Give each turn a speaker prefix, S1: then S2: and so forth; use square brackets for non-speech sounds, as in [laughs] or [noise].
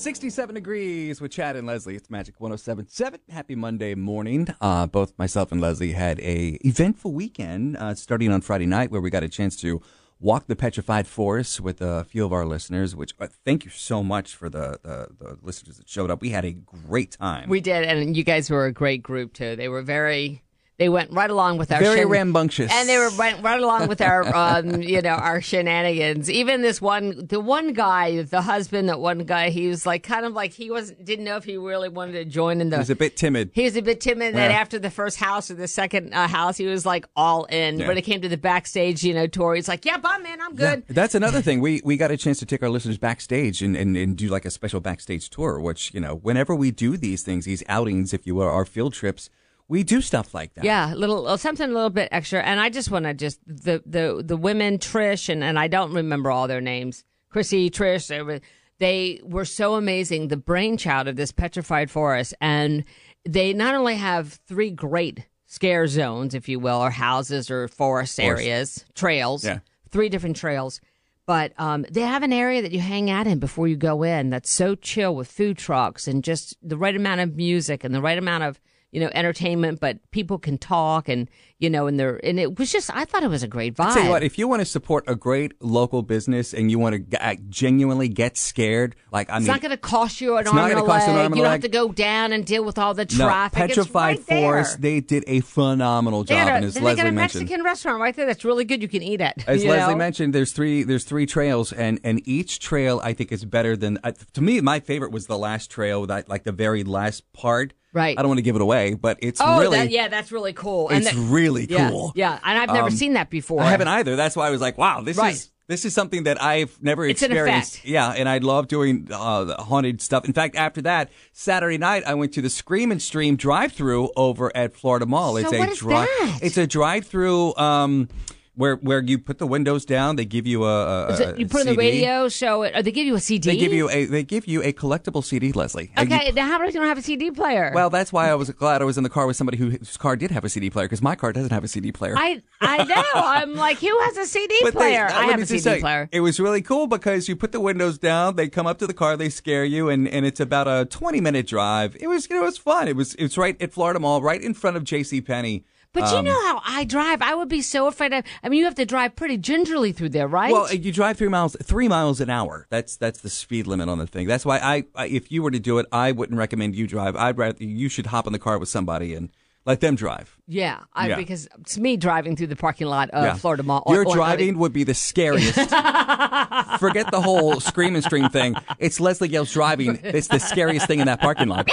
S1: 67 degrees with Chad and Leslie. It's Magic 1077. Happy Monday morning. Uh, both myself and Leslie had a eventful weekend uh, starting on Friday night where we got a chance to walk the petrified forest with a few of our listeners, which uh, thank you so much for the, the, the listeners that showed up. We had a great time.
S2: We did, and you guys were a great group too. They were very. They went right along with our
S1: Very
S2: shen-
S1: rambunctious.
S2: and they were went right along with our, um, you know, our shenanigans. Even this one, the one guy, the husband, that one guy, he was like kind of like he was didn't know if he really wanted to join in the.
S1: It was a bit timid.
S2: He was a bit timid. And then
S1: Yeah.
S2: after the first house or the second uh, house, he was like all in.
S1: Yeah.
S2: When it came to the backstage, you know, tour, he's like, "Yep, I'm in. I'm good."
S1: Yeah, that's another thing. We we got a chance to take our listeners backstage and, and, and do like a special backstage tour, which, you know, whenever we do these things, these outings, if you will, our field trips, we do stuff like that.
S2: Yeah, a little uh, something a little bit extra. And I just want to just the the the women Trish and and I don't remember all their names. Chrissy, Trish, they were, they were so amazing. The brainchild of this petrified forest, and they not only have three great scare zones, if you will, or houses or forest areas, trails,
S1: Yeah.
S2: three different trails. But um, they have an area that you hang out in before you go in that's so chill with food trucks and just the right amount of music and the right amount of you know entertainment. But people can talk and you know and they're and it was just I thought it was a great vibe.
S1: Tell you what, if you want to support a great local business and you want to g- uh, genuinely get scared, like I
S2: it's
S1: mean,
S2: not going to cost you an
S1: It's
S2: arm
S1: not
S2: and a
S1: gonna cost
S2: leg.
S1: you an arm and a
S2: you don't
S1: leg.
S2: have to go down and deal with all the
S1: no,
S2: traffic. It's
S1: Petrified
S2: right there.
S1: Forest, they did a phenomenal
S2: They
S1: job,
S2: had a-
S1: and as
S2: they
S1: Leslie
S2: got a
S1: mentioned,
S2: Mexican restaurant right there that's really good. You can eat at.
S1: As
S2: you
S1: Leslie
S2: know?
S1: mentioned, there's three there's three trails, and and each trail I think is better than I to me. My favorite was the last trail, that like the very last part.
S2: Right.
S1: I don't want to give it away, but it's
S2: Oh,
S1: really
S2: that, yeah, that's really cool.
S1: it's
S2: that-
S1: really
S2: yeah,
S1: cool. Um,
S2: Yeah, and I've never seen that before.
S1: I haven't either. That's why I was like, wow, this
S2: Right.
S1: is this is something that I've never
S2: It's an
S1: experienced.
S2: effect.
S1: Yeah, and I love doing uh, the haunted stuff. In fact, after that Saturday night, I went to the Scream and Stream drive-through over at Florida Mall.
S2: So
S1: it's
S2: what
S1: a
S2: is
S1: dri-
S2: that?
S1: It's a drive-through. Um, where, where you put the windows down, they give you a, a-
S2: So
S1: a
S2: you put in the
S1: CD.
S2: radio, so it, or they give you a CD.
S1: Uh, They give you a they give you a collectible CD, Leslie. And you-
S2: okay. now, how about if you don't have a CD player?
S1: well, that's why I was glad I was in the car with somebody who, whose car did have a CD player because my car doesn't have a CD player.
S2: I I know.
S1: [laughs]
S2: I'm like, who has a CD
S1: But they-
S2: player?
S1: uh,
S2: I
S1: let
S2: have
S1: me
S2: a
S1: just
S2: CD
S1: say,
S2: player.
S1: It was really cool because you put the windows down, they come up to the car, they scare you, and, and it's about a twenty minute drive. It was you know, it was fun. It was it's right at Florida Mall, right in front of J.C. Penney.
S2: But you
S1: um,
S2: know how I drive. I would be so afraid of. I mean, you have to drive pretty gingerly through there, right?
S1: Well, uh, you drive three miles, three miles an hour. That's that's the speed limit on the thing. That's why I, I if you were to do it, I wouldn't recommend you drive. I'd rather you should hop in the car with somebody and let them drive.
S2: yeah, I,
S1: yeah.
S2: because it's me driving through the parking lot of Uh, Florida Mall.
S1: Your
S2: or- or-
S1: driving would be the
S2: [laughs]
S1: scariest. Forget the whole scream and stream thing. It's Leslie Gale's driving. It's the scariest thing in that parking lot.